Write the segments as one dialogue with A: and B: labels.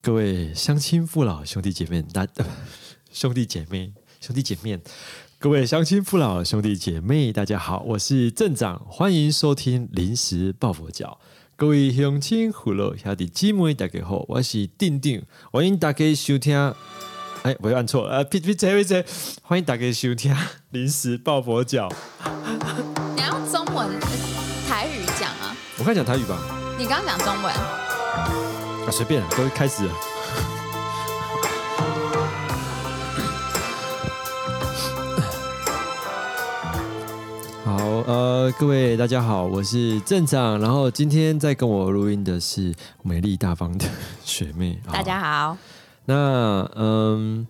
A: 各位乡亲父老兄弟姐妹，大、呃兄弟姐妹兄弟姐妹，各位乡亲父老兄弟姐妹，大家好，我是镇长，欢迎收听临时抱佛脚。各位乡亲父老兄弟姐妹，大家好，我是定定，欢迎大家收听。哎，我又按错了，呃，呸呸呸呸呸，欢迎大家收听临时抱佛脚。
B: 你要用中文、台语讲啊？
A: 我看讲台语吧，
B: 你刚刚讲中文，
A: 啊，随便啊，都开 始了。好，呃，各位大家好，我是镇长，然后今天在跟我录音的是美丽大方的 学妹。好
B: 大家好。
A: 那嗯，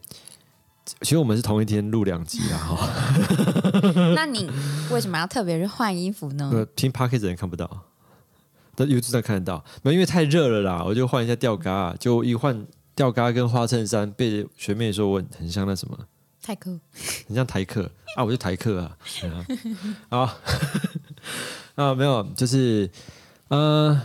A: 其实我们是同一天录两集啊，哈，嗯
B: 那你为什么要特别去换衣服呢？
A: 呃听 p o c k e t 的人看不到，但 YouTube 上看得到。没有，因为太热了啦，我就换一下吊嘎，就一换吊嘎跟花衬衫，被学妹说我很像那什么，
B: 太酷，
A: 很像台客啊，我就台客啊，对啊， 啊啊，没有，就是呃，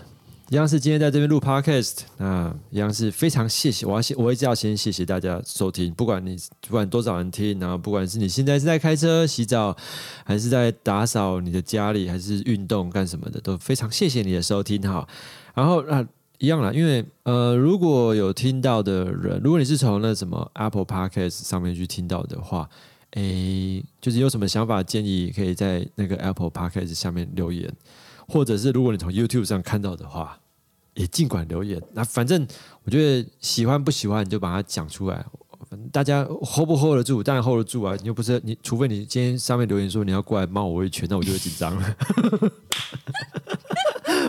A: 一样是今天在这边录 podcast，那一样是非常谢谢，我要先我一直要先谢谢大家收听，不管你不管多少人听，然后不管是你现在是在开车、洗澡，还是在打扫你的家里，还是运动干什么的，都非常谢谢你的收听哈。然后啊。一样啦，因为呃，如果有听到的人，如果你是从那什么 Apple Podcast 上面去听到的话，诶，就是有什么想法建议，可以在那个 Apple Podcast 下面留言，或者是如果你从 YouTube 上看到的话，也尽管留言。那反正我觉得喜欢不喜欢，你就把它讲出来。大家 hold 不 hold 得住？当然 hold 得住啊！你又不是你，除非你今天上面留言说你要过来骂我一拳，那我就会紧张了。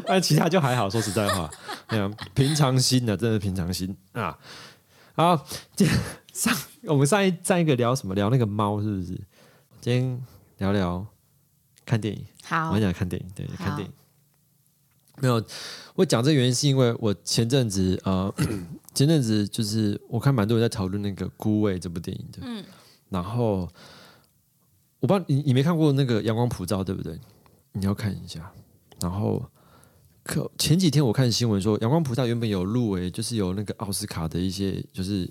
A: 但其他就还好，说实在话， 那样平常心的、真的平常心啊。好，今上我们上一上一个聊什么？聊那个猫是不是？今天聊聊看电影，我
B: 好
A: 很，想看电影，对，
B: 好
A: 看电影。没有，我讲这个原因是因为我前阵子呃， 前阵子就是我看蛮多人在讨论那个《孤味》这部电影的，
B: 嗯
A: 然后我不知道你你没看过那个《阳光普照》对不对？你要看一下。然后可前几天我看新闻说，《阳光普照》原本有入围，就是有那个奥斯卡的一些就是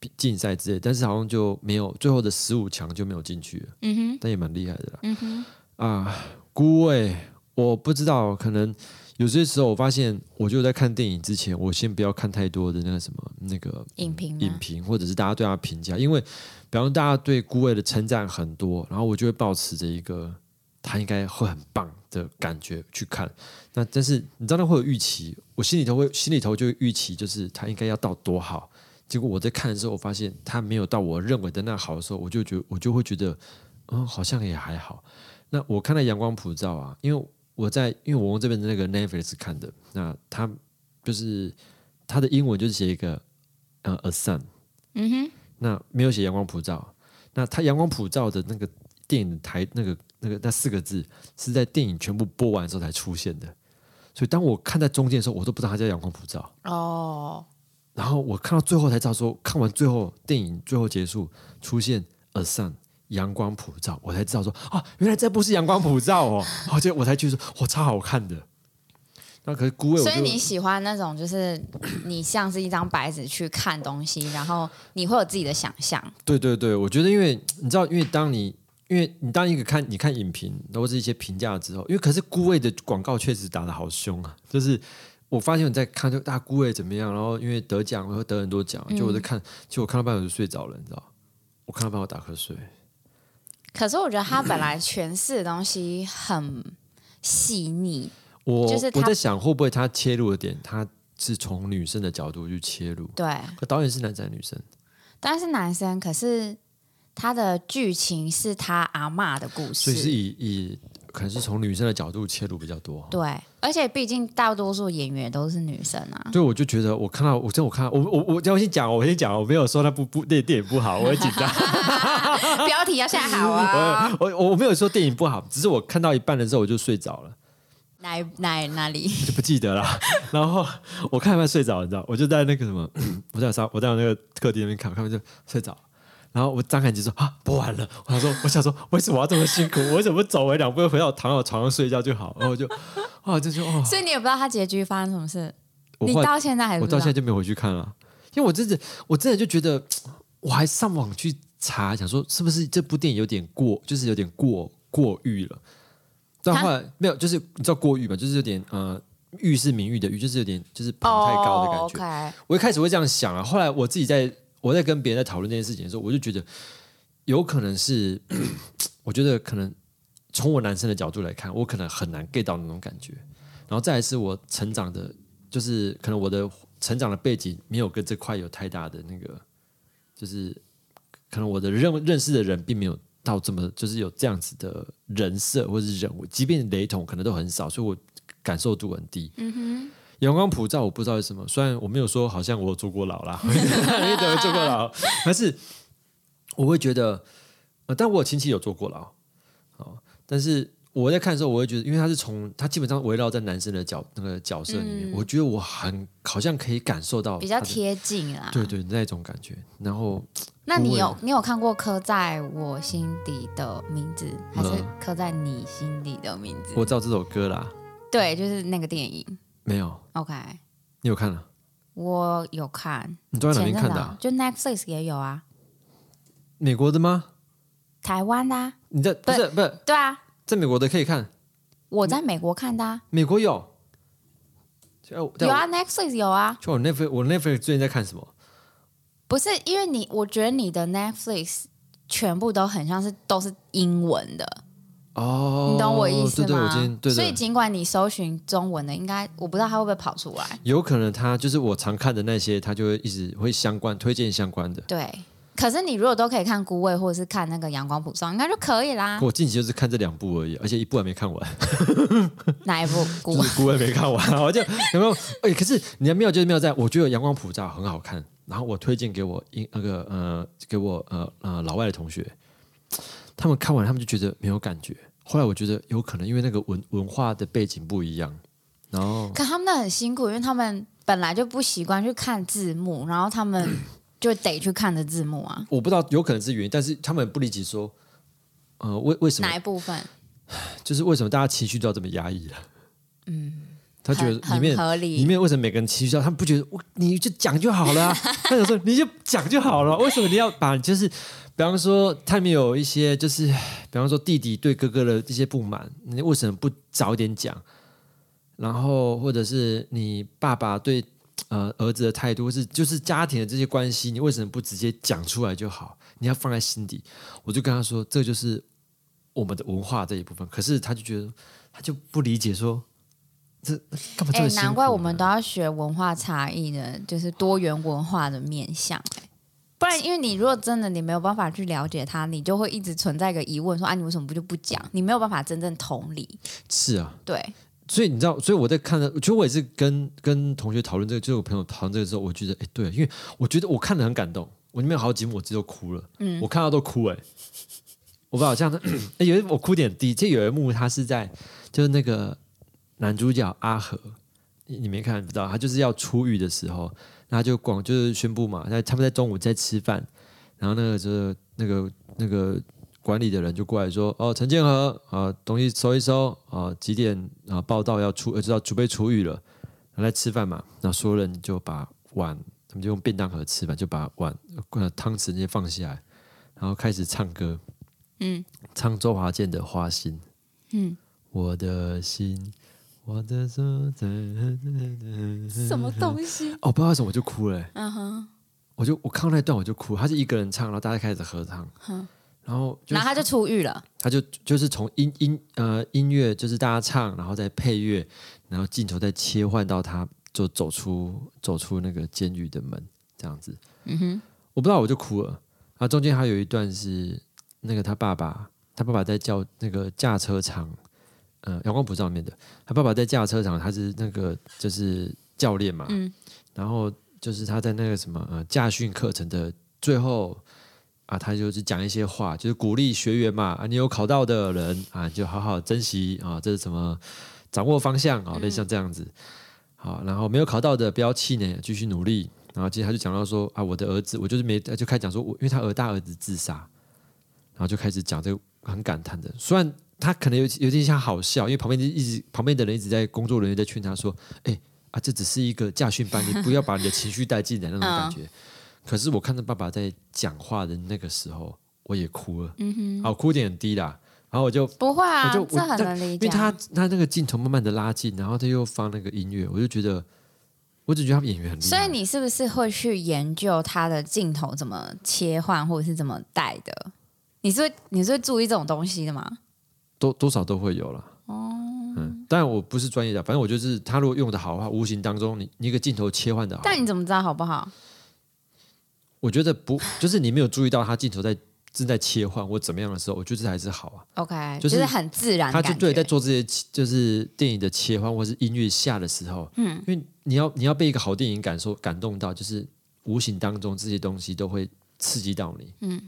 A: 比竞赛之类，但是好像就没有最后的十五强就没有进去了，
B: 嗯哼，
A: 但也蛮厉害的啦。
B: 嗯哼，
A: 啊，孤味，我不知道，可能有些时候我发现，我就在看电影之前，我先不要看太多的那个什么那个
B: 影评
A: 影
B: 吗？
A: 评，或者是大家对他评价，因为比方说大家对孤味的称赞很多，然后我就会保持着一个他应该会很棒的感觉去看。那但是你知道那会有预期，我心里头会心里头就会预期，就是他应该要到多好。结果我在看的时候，我发现他没有到我认为的那好的时候，我就觉我就会觉得，嗯，好像也还好。那我看了《阳光普照》啊，因为我在因为我用这边的那个 Netflix 看的，那他就是他的英文就是写一个呃 a sun，
B: 嗯哼，
A: 那没有写阳光普照。那他阳光普照的那个电影的台那个那个那四个字是在电影全部播完之后才出现的，所以当我看在中间的时候，我都不知道它叫阳光普照。
B: 哦，
A: 然后我看到最后才知道说，看完最后电影最后结束出现 a sun 阳光普照，我才知道说啊，原来这部是阳光普照哦，而且我才去说，我超好看的。那可是孤味，我
B: 所以
A: 就
B: 你喜欢那种，就是你像是一张白纸去看东西，然后你会有自己的想象。
A: 对对对，我觉得因为你知道，因为当你因为你当一个看你看影评或是一些评价之后，因为可是孤味的广告确实打的好凶啊，就是我发现我在看就大孤味怎么样，然后因为得奖会得很多奖，就
B: 嗯
A: 我在看，就我看到半小时睡着了，你知道，我看到半小时打瞌睡。
B: 可是我觉得他本来诠释的东西很细腻，
A: 我
B: 就是他
A: 我在想会不会他切入的点，他是从女生的角度去切入，
B: 对，
A: 可导演是男生还是女生？
B: 但是男生可是他的剧情是他阿嬷的故
A: 所
B: 事，
A: 以是以以可能是从女生的角度切入比较多。
B: 对，而且毕竟大多数演员都是女生 啊。
A: 对，我就觉得我看到，我真的我看到，我我我，我先讲，我先讲，我没有说那部不那电影不好，我很紧张，
B: 标题要下好 啊！
A: 我我我没有说电影不好，只是我看到一半的时候我就睡着了，
B: 哪哪哪里？
A: 我就不记得了。然后我看一半睡着了，你知道，我就在那个什么， 我在沙，我在那个客厅那边看，我看完就睡着了。然后我张开眼睛说啊，播完了。我想说，我想说，为什么要这么辛苦？我为什么走回两步又回到躺到床上睡觉就好？然后我就啊，就说哦，
B: 所以你也不知道他结局发生什么事，
A: 我
B: 你
A: 后来
B: 到现在还不
A: 我
B: 知道
A: 到现在就没有回去看了。因为我真的我真的就觉得，我还上网去查，想说是不是这部电影有点过，就是有点过过誉了。但后来没有，就是你知道过誉吧，就是有点呃，誉是名誉的誉，就是有点就是捧太高的
B: 哦
A: 感觉。
B: 觉。
A: 我一开始会这样想啊，后来我自己在我在跟别人在讨论这件事情的时候，我就觉得有可能是， 我觉得可能从我男生的角度来看，我可能很难 get 到那种感觉。然后再来是我成长的，就是可能我的成长的背景没有跟这块有太大的那个，就是可能我的认认识的人并没有到这么，就是有这样子的人设或是人物，即便雷同，可能都很少，所以我感受度很低。嗯哼。阳光普照，我不知道是什么。虽然我没有说好像我有坐过牢啦， 因为等坐过牢，但是我会觉得，呃，但我有亲戚有坐过牢，哦，但是我在看的时候，我会觉得，因为他是从他基本上围绕在男生的角那个角色里面，我觉得我很好像可以感受到
B: 比较
A: 他的，
B: 贴近啦。
A: 哦对对那种感觉。然后
B: 那你
A: 不会
B: 有你有看过刻在我心底的名字，还是
A: 呃
B: 刻在你心底的名字？
A: 我知道这首歌啦，
B: 对，就是那个电影。
A: 没有，
B: OK，
A: 你有看啊了、
B: 我有看，
A: 你都在哪
B: 前
A: 边
B: 阵子
A: 看的啊、
B: 啊就 Netflix 也有啊，
A: 美国的吗？
B: 台湾的、啊，
A: 你在不是不是
B: 对啊，
A: 在美国的可以看，
B: 我在美国看的、啊，
A: 美国有。有
B: 有啊，Netflix 有啊，
A: 就我 Netflix，我 Netflix 最近在看什么？
B: 不是因为你，我觉得你的 Netflix 全部都很像是都是英文的，
A: 哦，
B: 你懂我意思
A: 对
B: 吗？
A: 对，我今天对
B: 所以
A: 对，
B: 尽管你搜寻中文的，应该我不知道它会不会跑出来，
A: 有可能他就是我常看的那些，他就会一直会相关推荐相关的。
B: 对。可是你如果都可以看《孤味》或者是看那个《阳光普照》，应该就可以 啦。
A: 我近期就是看这两部而已，而且一部还没看完，
B: 哪一部《孤味
A: 就》？是孤味没看完， 我就有没有？哎、可是你的妙就是妙在，我觉得《阳光普照》很好看，然后我推荐给我英那个呃给我呃呃老外的同学，他们看完他们就觉得没有感觉。后来我觉得有可能因为那个文文化的背景不一样，然后
B: 可他们那很辛苦，因为他们本来就不习惯去看字幕，然后他们就得去看的字 幕啊。
A: 我不知道有可能是原因，但是他们不理解说，呃，为为什么
B: 哪一部分？
A: 就是为什么大家情绪都要这么压抑啊？嗯，他觉
B: 很
A: 得里
B: 很
A: 面
B: 合理
A: 里。面为什么每个人情绪到，他们不觉得我你就讲就好了、啊？他想说你就讲就好了，为什么你要把就是，比方说他们有一些就是，比方说弟弟对哥哥的这些不满，你为什么不早点讲？然后或者是你爸爸对呃儿子的态度，或是就是家庭的这些关系，你为什么不直接讲出来就好？你要放在心底。我就跟他说，这就是我们的文化这一部分。可是他就觉得他就不理解说。这干啊嘛这
B: 哎、
A: 么辛苦呢、
B: 难怪我们都要学文化差异的，就是多元文化的面向、哎不然，因为你如果真的你没有办法去了解它，你就会一直存在一个疑问说啊，你为什么不就不讲？你没有办法真正同理。
A: 是啊，
B: 对，
A: 所以你知道，所以我在看的，其实我也是跟跟同学讨论这个，就是我朋友讨论这个时候，我觉得，哎，对，因为我觉得我看的很感动，我里面有好几幕我自己都哭了，我看到都哭、哎，我不好像 诶有一我哭点低，这有一幕他是在就是那个男主角阿和，你你没看不知道，他就是要出狱的时候，那他就广就是宣布嘛，那他们在中午在吃饭，然后那个就是那个那个管理的人就过来说：“哦，陈建和啊、东西收一收啊、几点啊、报道要出，呃，知道准备出狱了，然后来吃饭嘛。”然后所有人就把碗，他们就用便当盒吃饭，就把碗、呃、汤匙那些放下来，然后开始唱歌，嗯，唱周华健的《花心》，嗯，我的心，我的手在，
B: 什么东西？
A: 哦，不知道为什么我就哭了、欸
B: 嗯哼，
A: 我就我看到那段我就哭，他是一个人唱，然后大家开始合唱，然后就
B: 嗯然后他就出狱了。
A: 他就就是从音音呃音乐就是大家唱，然后再配乐，然后镜头再切换到他就走出走出那个监狱的门这样子。嗯哼，我不知道我就哭了。然后中间还有一段是那个他爸爸，他爸爸在叫那个驾车场，呃，阳光普照里面的他爸爸在驾车场，他是那个就是教练嘛，
B: 嗯
A: 然后就是他在那个什么呃驾训课程的最后啊，他就是讲一些话，就是鼓励学员嘛，啊，你有考到的人啊，你就好好珍惜啊，这是什么掌握方向啊，类似像这样子。好，然后没有考到的不要气馁，继续努力。然后接着他就讲到说啊，我的儿子，我就是没就开始讲说，我因为他儿大儿子自杀，然后就开始讲这个很感叹的，虽然。他可能有有点像好笑，因为旁边就一直旁边的人一直在工作人员在劝他说：“哎、啊，这只是一个驾训班，你不要把你的情绪带进来那种感觉。可是我看着爸爸在讲话的那个时候，我也哭了，嗯哼，啊，我哭点很低啦，然后我就
B: 不会啊
A: 我就，
B: 这
A: 我
B: 很
A: 但
B: 能理
A: 因
B: 解
A: 为
B: 啊。
A: 他他那个镜头慢慢的拉近，然后他又放那个音乐，我就觉得，我只觉得他们演员很厉害。
B: 所以你是不是会去研究它的镜头怎么切换，或者是怎么带的？你是会你是会注意这种东西的吗？
A: 多多少都会有啦。哦，嗯，但我不是专业的，反正我就是他如果用的好的话，无形当中你你一个镜头切换的好，
B: 但你怎么知道好不好？
A: 我觉得不就是你没有注意到他镜头在正在切换或怎么样的时候，我觉得这还是好啊。
B: OK，
A: 就是
B: 很自然的
A: 他
B: 感
A: 就
B: 觉。
A: 对在做这些切就是电影的切换或是音乐下的时候，嗯，因为你要你要被一个好电影感受感动到，就是无形当中这些东西都会刺激到你，嗯，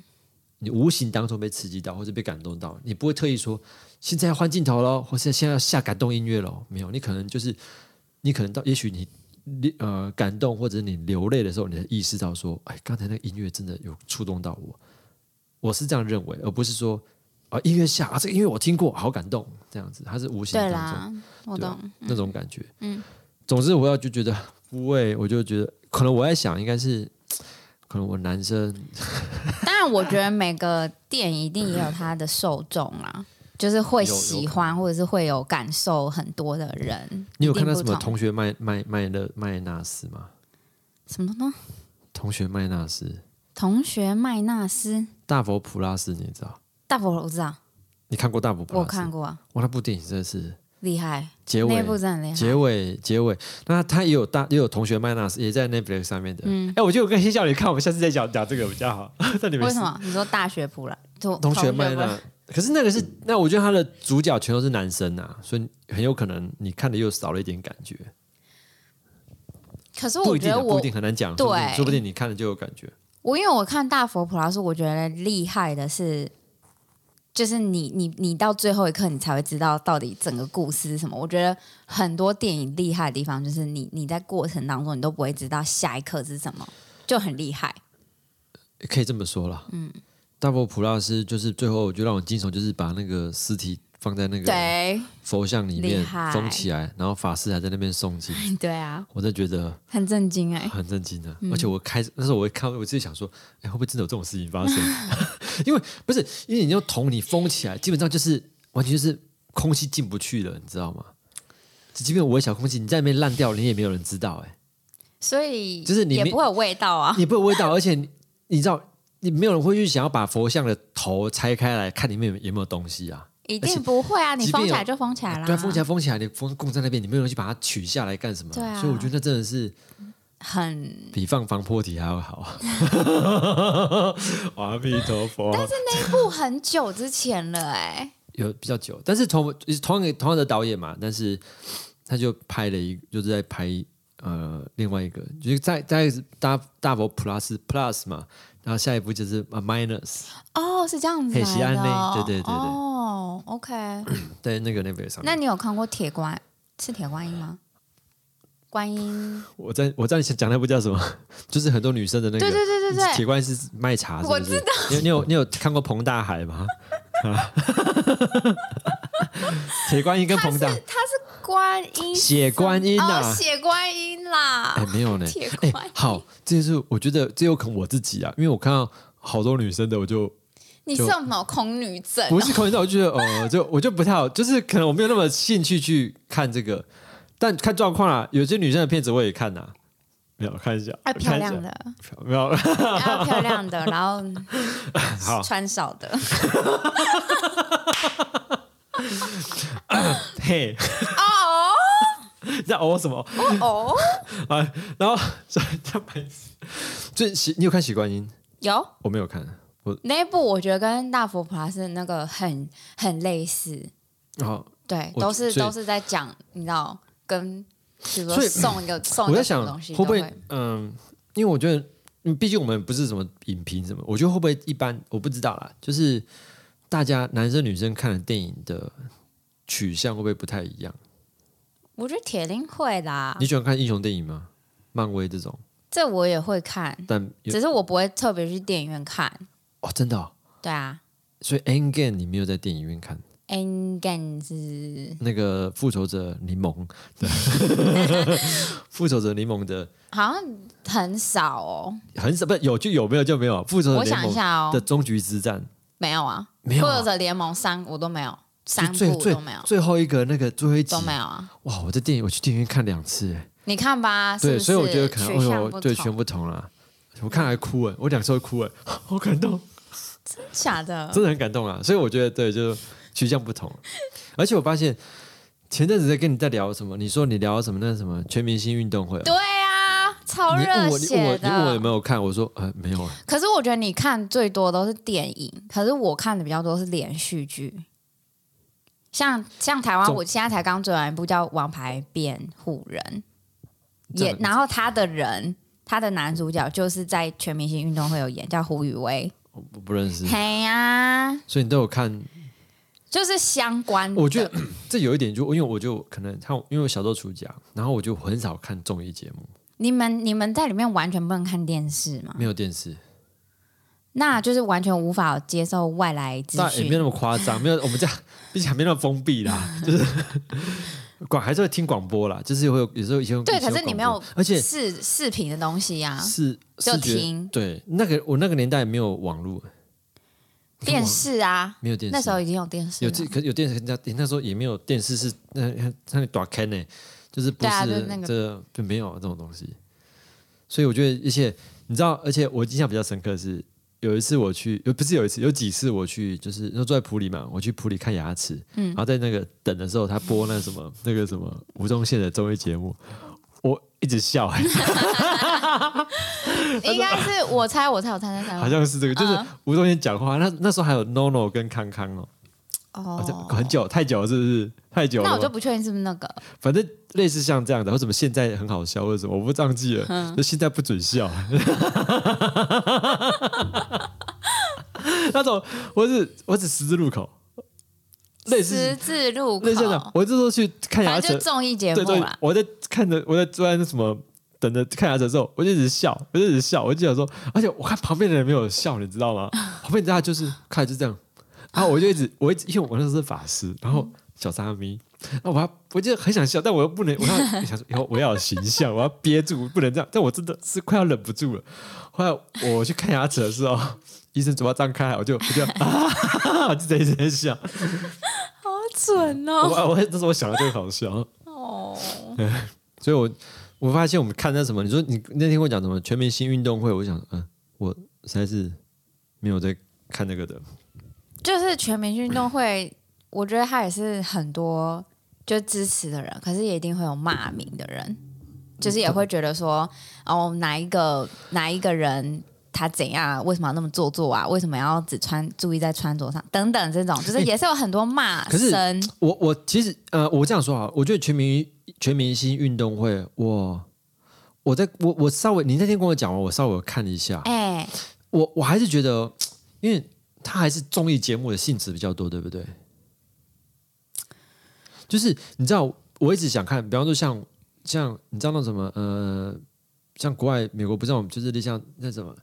A: 你无形当中被刺激到或者被感动到，你不会特意说现在要换镜头喽，或是现在要下感动音乐喽，没有，你可能就是你可能到也许你。你呃，感动或者你流泪的时候，你才意识到说，哎，刚才那个音乐真的有触动到我，我是这样认为，而不是说啊，音乐下啊，这个音乐我听过，好感动，这样子，它是无形
B: 对
A: 当中
B: 啦，我
A: 对啊
B: 懂。
A: 那种感觉。嗯，总之我要就觉得不会，我就觉得可能我在想，应该是可能我男生
B: 当然，我觉得每个电影一定也有它的受众 啦，就是会
A: 有有
B: 喜欢或者是会有感受很多的人。
A: 你有
B: 一定
A: 看到
B: 不
A: 什么
B: 同
A: 同学麦麦麦勒麦纳斯吗？
B: 什么呢？
A: 同学麦纳斯，
B: 同学麦纳斯
A: 大佛普拉斯，你知道？
B: 大佛我知道，
A: 你看过大佛普拉
B: 我
A: 斯？欸
B: 看过啊，
A: 哇，那部电影真的是
B: 厉害，
A: 结
B: 那
A: 尾
B: 一部真的很厉害。
A: 结尾，结尾，那他也有大也有同学麦纳斯，也在 Netflix 上面的。哎、我觉得我跟谢教练看，我们下次再讲讲这个比较好。但你们
B: 嗯为什么？你说大学普拉同
A: 同学麦
B: 普拉
A: 纳？可是那个是，那我觉得他的主角全都是男生啊，所以很有可能你看的又少了一点感觉。
B: 可是
A: 不
B: 我
A: 一
B: 觉
A: 定啊，
B: 得
A: 不
B: 我
A: 一定很难讲。
B: 对
A: 说不定说不定你看了就有感觉。
B: 我因为我看大佛普拉斯，我觉得厉害的是，就是你你你到最后一刻，你才会知道到底整个故事是什么。我觉得很多电影厉害的地方，就是你你在过程当中，你都不会知道下一刻是什么，就很厉害。
A: 可以这么说啦。嗯，大佛普拉斯就是最后就让我惊悚，就是把那个尸体放在那个
B: 对
A: 佛像里
B: 厉
A: 面
B: 害
A: 封起来，然后法师还在那边诵经，
B: 对 啊，
A: 我真的觉得
B: 很震惊哎、
A: 很震惊啊！而且我开始那时候我会看，我自己想说，哎、会不会真的有这种事情 发生？ 因为不是因为你用桶你封起来，基本上就是完全就是空气进不去了，你知道吗？即便微小空气，你在那边烂掉了，你也没有人知道、哎。
B: 所以
A: 就是你
B: 也
A: 没
B: 不会有味道啊。
A: 你不有味 道，而且你你知道，你没有人会去想要把佛像的头拆开来看里面有有没有东西啊？
B: 一定不会啊！你
A: 即便
B: 封起
A: 有
B: 来就封起来啦，
A: 对啊，封起来封起来，你封供在那边，你没有人去把它取下来干什么？
B: 对啊
A: 所以我觉得那真的是
B: 很
A: 比放防波堤还要好。 阿弥陀佛，
B: 不很久之前了哎、
A: 有比较久，但是同同样的同样的导演嘛，但是他就拍了一，就是在拍呃另外一个，就是在在大大佛 plus plus 嘛，然后下一步就是呃 minus。
B: 哦，是这样子
A: 嘿
B: 来
A: 西安
B: 的哦，
A: 内对对对对
B: 哦，OK，
A: 在那个那边上面
B: 那你有看过铁观是铁观音吗？观音，
A: 我在我在想讲那部叫什么，就是很多女生的那个，
B: 对对对对对
A: 铁观音是卖茶是不是，
B: 我知
A: 道。你有你有你有看过彭大海 吗？ 啊铁观音跟彭大
B: 它是观音
A: 血观音呐、
B: 哦，血观音啦
A: 哎，，没有呢
B: 铁，观
A: 哎
B: 音，
A: 好，这就是我觉得这有可能我自己啊，因为我看到好多女生的，我就
B: 你是有没有恐女症哦
A: 不是口音照，我就觉得呃，就我就不太好，就是可能我没有那么兴趣去看这个，但看状况啊，有些女生的片子我也看呐、没有看一下，
B: 啊，漂
A: 看一下
B: 亮的，
A: 没有。
B: 要漂亮的，然后
A: 好
B: 穿少的，
A: 嘿，
B: 哦
A: 你在哦什么
B: 哦哦，
A: 啊？然后 所以 他们最喜你有看《喜观音》？
B: 有
A: 我没有看，我
B: 那一部我觉得跟大佛普拉斯那个很很类似，
A: 好，
B: 对，
A: 我
B: 都是
A: 所以
B: 都是在讲，你知道，跟比如说
A: 所以
B: 送一个送
A: 我
B: 一
A: 在
B: 个什么
A: 想
B: 东西，
A: 会不会
B: 都
A: 嗯，因为我觉得，嗯毕竟我们不是什么影评什么，我觉得会不会一般我不知道啦，就是大家男生女生看的电影的取向会不会不太一样？
B: 我觉得铁定会啦
A: 你，喜欢看英雄电影吗？漫威这种，
B: 这我也会看，
A: 但有
B: 只是我不会特别去电影院看。
A: 哦，真的、哦，
B: 对啊，
A: 所以《End Game》你没有在电影院看，
B: N 干子，
A: 那个复仇者柠檬，对 复仇者柠檬的
B: 好像很少哦。
A: 很少，不是有就有，没有就没有。啊复仇者
B: 我
A: 联
B: 想一
A: 盟
B: 下哦
A: 的，终局之战，
B: 没有啊，
A: 没有啊
B: 复仇者联盟三我都没有，
A: 就
B: 三
A: 最
B: 部
A: 最
B: 都没有，
A: 最后一个那个最后一集
B: 都，没有啊。
A: 哇！我在电影我去电影院看两次，哎
B: 你看吧，是
A: 对，
B: 不是
A: 所以我觉得可能，
B: 取
A: 哎
B: 向
A: 呦，
B: 不
A: 对，
B: 同
A: 全不同啦。我看还哭哎，我两次都哭哎， 好感动，
B: 假的，
A: 真的很感动啊。所以我觉得对，就取向不同。而且我发现前阵子在跟你在聊什么，你说你聊什么那什么全明星运动会哦，
B: 对啊，超
A: 你问我
B: 热
A: 你问我
B: 血
A: 你问我有
B: 的。
A: 没有看，我说呃没有啊。
B: 可是我觉得你看最多都是电影，可是我看的比较多是连续剧。像像台湾，
A: 总
B: 我现在才刚追完一部叫《王牌辩护人》，
A: 这
B: 也
A: 样
B: 然后他的人，他的男主角就是在全明星运动会有演，叫胡宇威。
A: 我我不认识，
B: 嘿嗯呀、
A: 所以你都有看
B: 就是相关的。
A: 我觉得这有一点就，因为我就可能他，因为我小时候出家，然后我就很少看综艺节目，
B: 你们你们在里面完全不能看电视嘛，
A: 没有电视，
B: 那就是完全无法接受外来资
A: 当然也没有
B: 讯。
A: 那么夸张，没有我们这样，毕竟还没那么封闭 啦，就是广还是会听广播啦，就是会有有时候以前
B: 对
A: 以前
B: 可是你
A: 广
B: 没有
A: 播而且
B: 视视频的东西啊呀、
A: 是
B: 就是
A: 觉得
B: 听
A: 对那个我那个年代没有网络，
B: 电视啊，
A: 没有电视，
B: 那时候已经有电视
A: 有
B: 了。
A: 这可有电视，那那时候也没有电视是那那里打开呢，就是不
B: 对
A: 是、
B: 啊就是那个
A: 这就没有这种东西。所以我觉得，而且你知道，而且我印象比较深刻的是有一次我去，呃不是有一次，有几次我去，就是那时候住在普里嘛，我去普里看牙齿，
B: 嗯
A: 然后在那个等的时候，他播那什么那个什么吴宗宪的综艺节目，我一直笑、欸，
B: 嗯应该是我猜我猜我猜猜猜
A: 好像是这个，就是
B: 嗯
A: 吴宗宪讲话，那那时候还有 NONO 跟康康哦，好像
B: 哦，
A: 很久太久了是不是？太久了
B: 那
A: 吗，
B: 我就不确定是不是那个。
A: 反正类似像这样的，或怎么现在很好笑，或者什么，我不忘记了，
B: 嗯
A: 就现在不准笑， 那种我只我只十字路口， 类
B: 十
A: 似
B: 字路口
A: 类，似这样，我这时候去看牙
B: 反正
A: 齿
B: 就，综艺节
A: 对
B: 目
A: 对
B: 啦，。
A: 我在看着我在坐在那什么。等着看牙齿的时候，我就一直笑，我就一直笑，我就想说，而且我看旁边的人没有笑，你知道吗？旁边大家就是看就这样，然后我就一直，我一直，因为我那时候是法师，然后小沙弥，然后我还我就很想笑，但我又不能，我要想 说以后我要有形 象，我要憋住，不能这样，但我真的是快要忍不住了。后来我去看牙齿的时候， 医生嘴巴张开，我就我就啊， 我就在一直在笑，
B: 好准
A: 我
B: 哦。
A: 我那时候我想到这个好笑。
B: 哦，
A: 所以我我发现我们看那什么，你说你那天跟我讲什么全明星运动会，我想，嗯、我实在是没有在看那个的，
B: 就是全民运动会，我觉得他也是很多就支持的人，可是也一定会有骂名的人，就是
A: 嗯
B: 也会觉得说，哦，哪一个哪一个人。他怎样？啊为什么要那么做作啊？为什么要只穿注意在穿着上等等这种，就是也是有很多骂
A: 可是
B: 声。
A: 我我其实呃，我这样说啊，我觉得全明全明星运动会，我我在我我稍微你那天跟我讲完，我稍微有看一下，
B: 哎、
A: 我我还是觉得，因为它还是综艺节目的性质比较多，对不对？就是你知道，我一直想看，比方说像像你知道那什么呃，像国外美国不是那种就是像那什么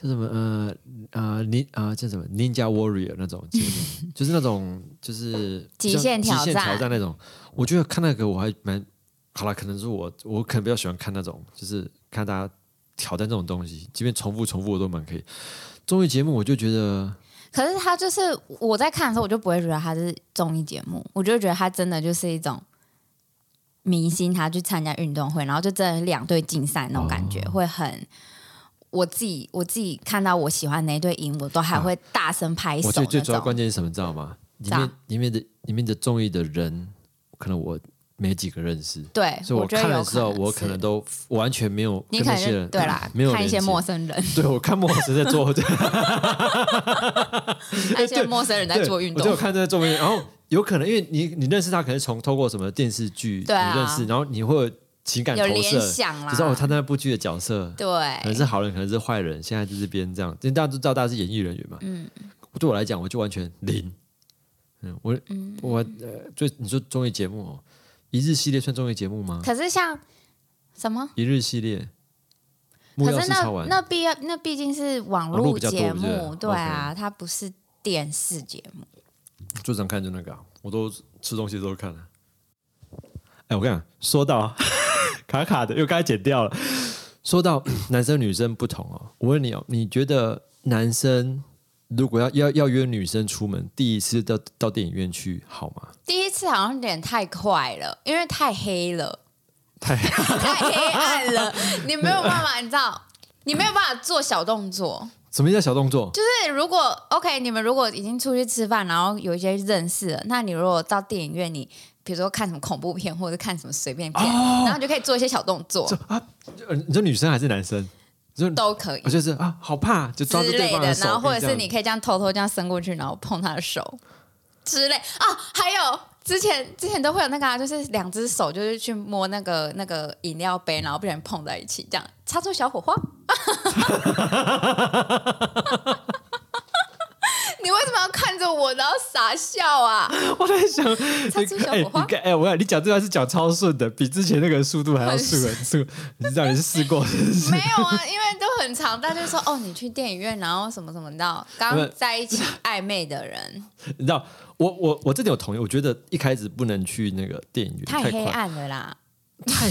A: 叫什么呃呃尼啊、叫什么 Ninja Warrior 那种节目，就是那种就是
B: 极限
A: 极
B: 挑
A: 限挑
B: 战
A: 战那种，我觉得看那个我还蛮好了，可能是我我可能比较喜欢看那种，就是看大家挑战这种东西，即便重复重复我都蛮可以。综艺节目我就觉得
B: 可是他就是我在看的时候，我就不会觉得他是综艺节目，我就会觉得他真的就是一种明星，他去参加运动会，然后就真的是两队竞赛那种感觉，
A: 嗯
B: 会很。我自己我自己看到我喜欢哪一队赢，我都还会大声拍手
A: 我最最主
B: 那
A: 要
B: 种。
A: 关键是什么，你知道吗？里
B: 咋
A: 面里面的里面的综艺的人，可能我没几个认识，
B: 对，
A: 所以我
B: 觉得
A: 看
B: 有
A: 了之后，我可
B: 是
A: 能都完全没有
B: 你
A: 跟
B: 可
A: 那
B: 能
A: 些人
B: 就对 啦，
A: 没有
B: 看一些
A: 连接
B: 陌生人，
A: 对我看陌生人在做， 对
B: 看一些陌生人在
A: 对
B: 做运
A: 我就有
B: 动。
A: 看这个做运动，然后有可能因为你你认识他，可能是从透过什么电视剧
B: 对啊
A: 你认识，然后你会有情感
B: 有
A: 投射，
B: 联想啦啊
A: 知道哦他那部剧的角色，可能
B: 对，
A: 是好人，可能是坏人，现在在这边这样，因为大家都知道大家是演艺人员嘛。嗯，对我来讲，我就完全零。嗯，我我呃，最你说综艺节目哦，一日系列算综艺节目吗？
B: 可是像什么？
A: 一日系列，木曜
B: 可
A: 是
B: 是那
A: 超玩，
B: 那毕那毕竟是网
A: 网络
B: 络
A: 比较多
B: 节
A: 对不对
B: 目，对啊，它不是电视节目。
A: 最常看就那个、啊，我都吃东西都看了、哎，我跟你讲，说到卡卡的，又刚才剪掉了。说到 男生女生不同哦，我问你哦，你觉得男生如果要要要约女生出门，第一次到到电影院去好吗？
B: 第一次好像有点太快了，因为太黑 了，
A: 太
B: 太黑暗了，你没有办法，你知道，你没有办法做小动作。
A: 什么叫小动作？
B: 就是如果 OK，你们如果已经出去吃饭，然后有一些认识了，那你如果到电影院，你比如说看什么恐怖片或者看什么随便片，
A: 哦
B: 然后你就可以做一些小动作，
A: 呃你说女生还是男生？就
B: 都可以
A: 我就是啊，好怕，就抓住
B: 之
A: 对
B: 类
A: 方
B: 的。
A: 手臂这
B: 然后
A: 样，
B: 或者是你可以这样偷偷这样伸过去，然后碰他的手之类啊。还有之前之前都会有那个、啊，就是两只手就是去摸那个那个饮料杯，然后不小心碰在一起，这样擦出小火 花。你为什么要看着我然后傻笑啊？
A: 我在想，
B: 擦出小
A: 哎、
B: 火花
A: 你看，哎、我跟你讲你讲这段是讲超顺的，比之前那个速度还要速很速。 你知道你是试 过是不是？
B: 没有啊，因为都很长，大家就说哦，你去电影院，然后什么什么到
A: 不
B: 刚
A: 是
B: 在一起暧昧的人，
A: 你知道我我我这点有同意，我觉得一开始不能去那个电影院，
B: 太
A: 快
B: 黑，暗了啦，
A: 太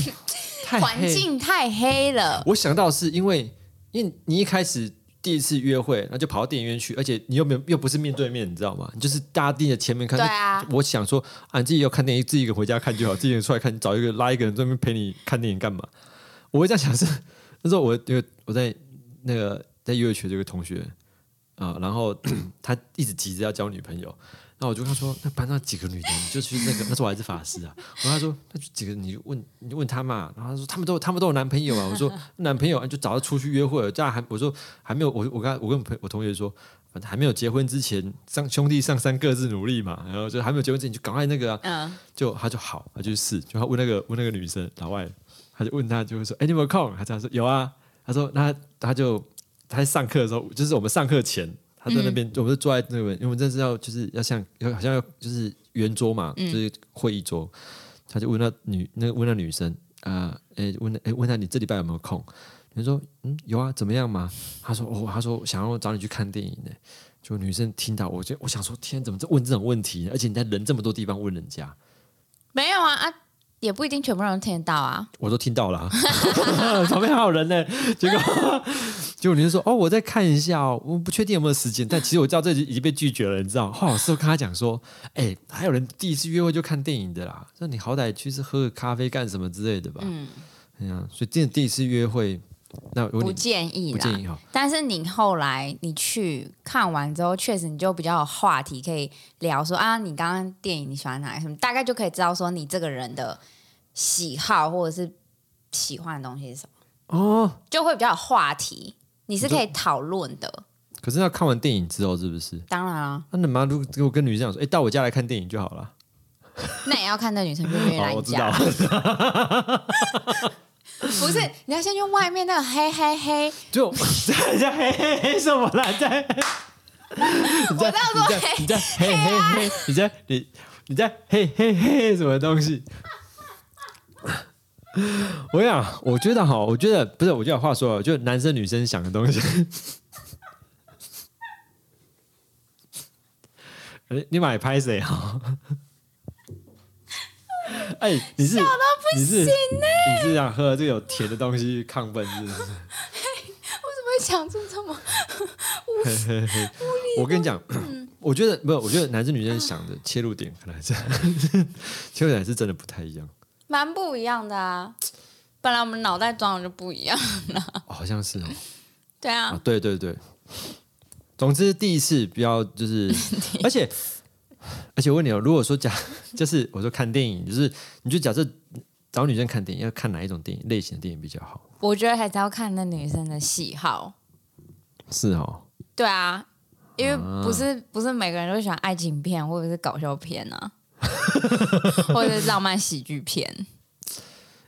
A: 太黑
B: 环。境太黑了。
A: 我想到是因为因为你一开始。第一次约会，那就跑到电影院去，而且你又没有又不是面对面，你知道吗？你就是大家盯着前面看。
B: 对啊
A: 我想说，啊，你自己要看电影，自己一个回家看就好，自己一个人出来看，找一个拉一个人专门陪你看电影干嘛？我会这样想是，那时候我有我在那个在乐学这个同学啊、然后他一直急着要交女朋友，那我就跟他说，那班上几个女的，你就去那个，那时候我还是法师啊，然后他说，那就几个你问你问他嘛，然后他说他们都他们都有男朋友啊，我说男朋友啊就早就出去约会了，这样还我说还没有，我我跟他我跟我朋我同学说。反正还没有结婚之前，上兄弟上山各自努力嘛，然后就还没有结婚之前，你就赶快那个啊，
B: 嗯，
A: 就他就好，他就试，就他问那个问那个女生老外，他就问他就会说，哎、你有没有空？他这样说有啊。他说那他就他在上课的时候，就是我们上课前，他在那边，我们就坐在那边，因为我们这是要就是要像要好像要就是圆桌嘛，就是会议桌，他就问那女那个问那女生啊，哎、问哎、问他你这礼拜有没有空？女生说嗯有啊，怎么样嘛？他说哦，他说想要找你去看电影呢、就女生听到我就我想说天，怎么这问这种问题呢？而且你在人这么多地方问人家，
B: 没有啊啊，也不一定全部人都听得到啊。
A: 我都听到了、啊， 旁边还有人呢、结果， 结果你就说哦，我再看一下哦，我不确定有没有时间，但其实我知道这已经被拒绝了，你知道吗？后来我事后跟他讲说，哎、还有人第一次约会就看电影的啦，那你好歹去是喝个咖啡干什么之类的吧？嗯，哎呀、所以真的第一次约会，那如果
B: 不
A: 你
B: 建议
A: 不
B: 啦
A: 建。议哈，
B: 但是你后来你去看完之后，确实你就比较有话题可以聊说啊，你刚刚电影你喜欢哪一个什么，大概就可以知道说你这个人的喜好或者是喜欢的东西是什么，
A: 哦，
B: 就会比较有话题，你是
A: 你说
B: 可以讨论的。
A: 可是要看完电影之后是不是？
B: 当然啊，
A: 那你妈如果如果跟女生讲说，哎、到我家来看电影就好了，
B: 那也要看那女生愿不愿意
A: 哦，
B: 来
A: 我
B: 你
A: 知
B: 家
A: 道。。
B: 不是，你要先去外面那个黑黑黑，
A: 就 等一下嘿嘿嘿什么啦？在，你在你在你在嘿嘿嘿，你在你你在嘿嘿嘿什么东西？我想，我觉得哈，我觉得不是，我就有话说了，就男生女生想的东西。 哎你买拍谁啊？哎、你是你是你是想喝这个有甜的东西亢奋是不是？
B: 我怎么会想出这么？
A: 我跟你讲， 我觉得没有，我觉得男生女生想的切入点可能还是 切入点还是真的不太一样，
B: 蛮不一样的啊。本来我们脑袋装的就不一样，
A: 哦好像是哦，
B: 对啊
A: 啊，，对对对。总之，第一次不要就是，而且而且我问你哦，如果说假 就是我说看电影，就是你就假设找女生看电影，要看哪一种电影类型的电影比较好？
B: 我觉得还是要看那女生的喜好。
A: 是哦，
B: 对啊，因为不是、
A: 啊
B: 不是每个人都喜欢爱情片或者是搞笑片啊， 或者是浪漫喜剧片，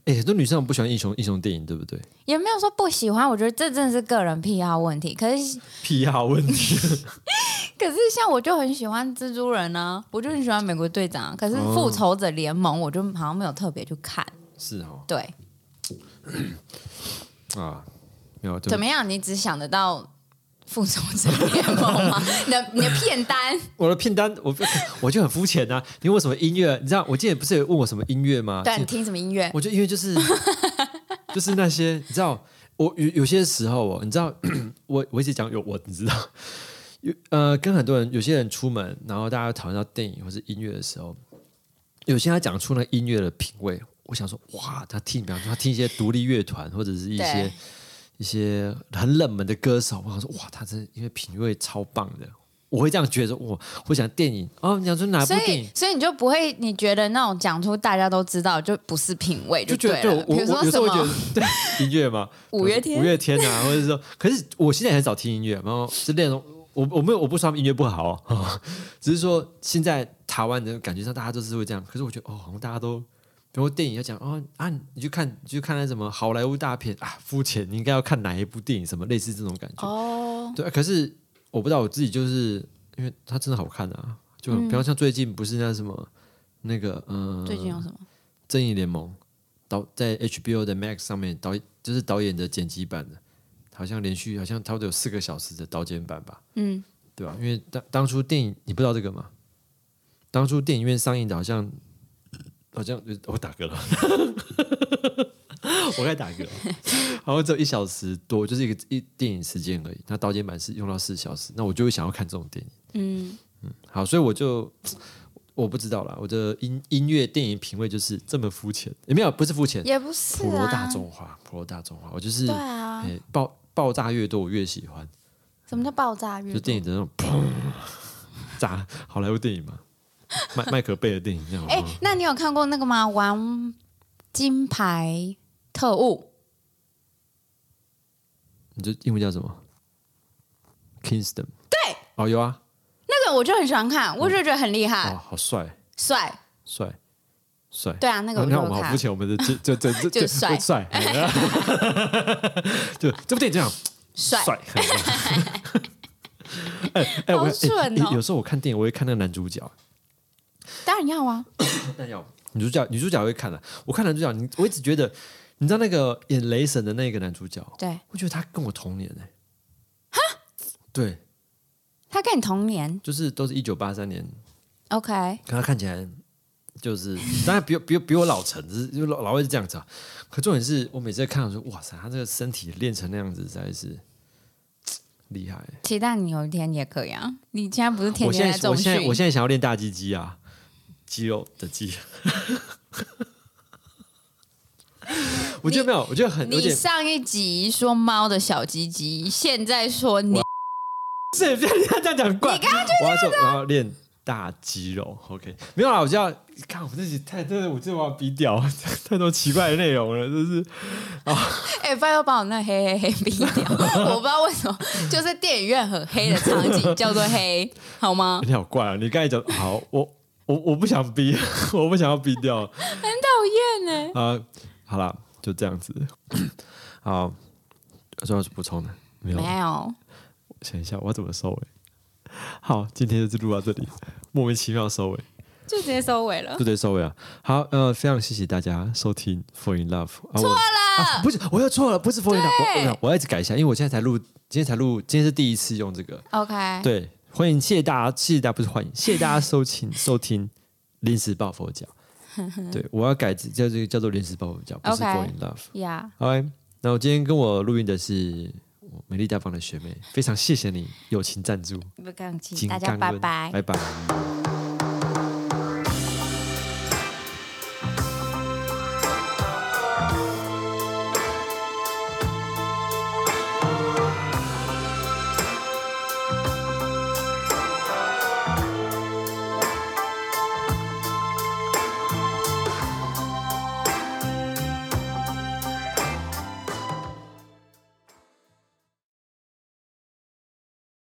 A: 哎，很多女生很不喜欢英雄英雄电影，对不对？
B: 也没有说不喜欢。我觉得这真的是个人癖好问题。可是
A: 癖好问题，
B: 可是像我就很喜欢蜘蛛人呢、我就很喜欢美国队长啊。可是复仇者联盟我就好像没有特别去看。
A: 是哦
B: 对，
A: 啊，没有，对不起
B: 怎么样？你只想得到复仇者联盟 吗？你的你的片单，
A: 我的片单，我 我就很肤浅呐。你问我什么音乐？你知道我之前不是有问我什么音乐吗？
B: 对你啊听什么音乐？
A: 我觉得音乐就是 就是那些，你知道，我有有些时候哦，你知道， 我我一直讲有我，你知道， 有呃，跟很多人有些人出门，然后大家讨论到电影或是音乐的时候，有些他讲出那音乐的品味，我想说，哇，他听，比方说他听一些独立乐团或者是一些
B: 对
A: 一些很冷门的歌手，我想说，哇，他这因为品味超棒的。我会这样觉得，我我想电影哦，你想说哪部
B: 所
A: 电
B: 以
A: 影？
B: 所以你就不会，你觉得那种讲出大家都知道就不是品味
A: 就觉得
B: 对
A: 对
B: 了。
A: 我我
B: 比如说
A: 有时
B: 什
A: 候会觉
B: 么
A: 得 对音乐嘛，
B: 五月天
A: 五月天啊，或者是说，可是我现在也很少听音乐，然后是那种我我没有我不说他们音乐不好、哦， 只是说现在台湾的感觉上大家都是会这样，可是我觉得哦，好像大家都。比如电影要讲哦啊，你去看你去看那什么好莱坞大片啊，肤浅，你应该要看哪一部电影，什么类似这种感觉。
B: 哦，
A: 对，可是我不知道我自己就是因为它真的好看啊，就比方像最近不是那什么那个嗯，
B: 嗯最近有什么？
A: 正义联盟》导在 HBO 的 Max 上面导就是导演的剪辑版的，好像连续好像差不多有四个小时的导剪版吧，
B: 嗯，
A: 对吧、因为当当初电影你不知道这个吗？当初电影院上映的好像好像呃我打嗝了， 我该打嗝了，好像只有一小时多，就是一个一电影时间而已。那导剪版是用到四小时，那我就会想要看这种电影。
B: 嗯，
A: 好，所以我就我不知道啦，我的音音乐电影品味就是这么肤浅，也没有不是肤浅，
B: 也不是
A: 普罗大
B: 啊，
A: 众嗯化，普罗大众化，我就是
B: 对啊，
A: 诶爆爆炸越多我越喜欢，
B: 什么叫爆炸乐
A: 就？电影的那种砰炸好莱坞电影嘛，麦麦克贝的电影那种。
B: 哎，那你有看过那个吗？玩金牌特务
A: 你嗯就英文叫什么？Kingston。对。哦，有啊，
B: 那个，我就很喜欢看，我就觉得很厉
A: 哦，
B: 害，
A: 好帅，
B: 帅。
A: 帅，帅。
B: 哎对啊，那个
A: 哦
B: 我
A: 你
B: 就
A: 看我
B: 有
A: 们好
B: 看
A: 肤。浅，我们的就就就就
B: 就帅
A: 帅， 就这部电影这样
B: 帅
A: 帅。 哎哎，我
B: 好蠢哦
A: 哎有时候我看电影，我会看那个男主角。
B: 当然要啊，
A: 那要女主角，女主角会看的、我看男主角，你我一直觉得，你知道那个演雷神的那个男主角，
B: 对
A: 我觉得他跟我同年哎、哈，对，
B: 他跟你同年
A: 就是都是一九八三年，
B: ，OK，
A: 可他看起来就是，当然比我比我比我老成，只是就老老会是这样子啊。可重点是我每次在看的时候，哇塞，他这个身体练成那样子，实在是厉害欸、
B: 期待你有一天也可以啊。你现在不是天
A: 我现
B: 天
A: 在
B: 重
A: 我现在
B: 训
A: 我？现在想要练大鸡鸡啊，肌肉的肌。我觉得没有，我觉得很有
B: 你
A: 点
B: 上一集说猫的小鸡鸡，现在说你
A: 是 不要这样讲很怪。你刚刚就我要说我要练大肌肉，OK？没有啦，我就要看我自己太真的，我真的我要逼掉 太多奇怪的内容了，就是
B: 哎，不要把我那黑黑黑逼 掉。我不知道为什么，就是电影院很黑的场景叫做黑，好 吗？
A: 你好怪啊！你刚才讲好，我我我不想逼， 我不想要逼掉。
B: 很讨厌呢。
A: 啊，好啦，就这样子。 好，有什么要补充的？没有。
B: 没有，
A: 想一下我要怎么收尾。 好，今天就是录到这 里，莫名其妙收尾，
B: 就直接收尾了
A: 就。得收尾啊。好，呃，非常谢谢大家收听《For In Love》啊，错了、啊，不是，我又错了，不是《For In Love 我》我，我要一直改一下，因为我现在才录，今天才录，今天是第一次用这个。
B: OK，
A: 对，欢迎，谢谢大家，谢谢大家，不是欢迎，谢谢大家收听 收听《临时抱佛 脚》。对，我要改叫这个叫做《临时抱佛脚》，不是《
B: OK
A: For In Love》。
B: 呀，
A: 好，那我今天跟我录音的是我美丽大方的学妹，非常谢谢你友情赞助。
B: 不客气，
A: 金
B: 大
A: 刚
B: 家拜
A: 温。
B: 拜
A: 拜拜。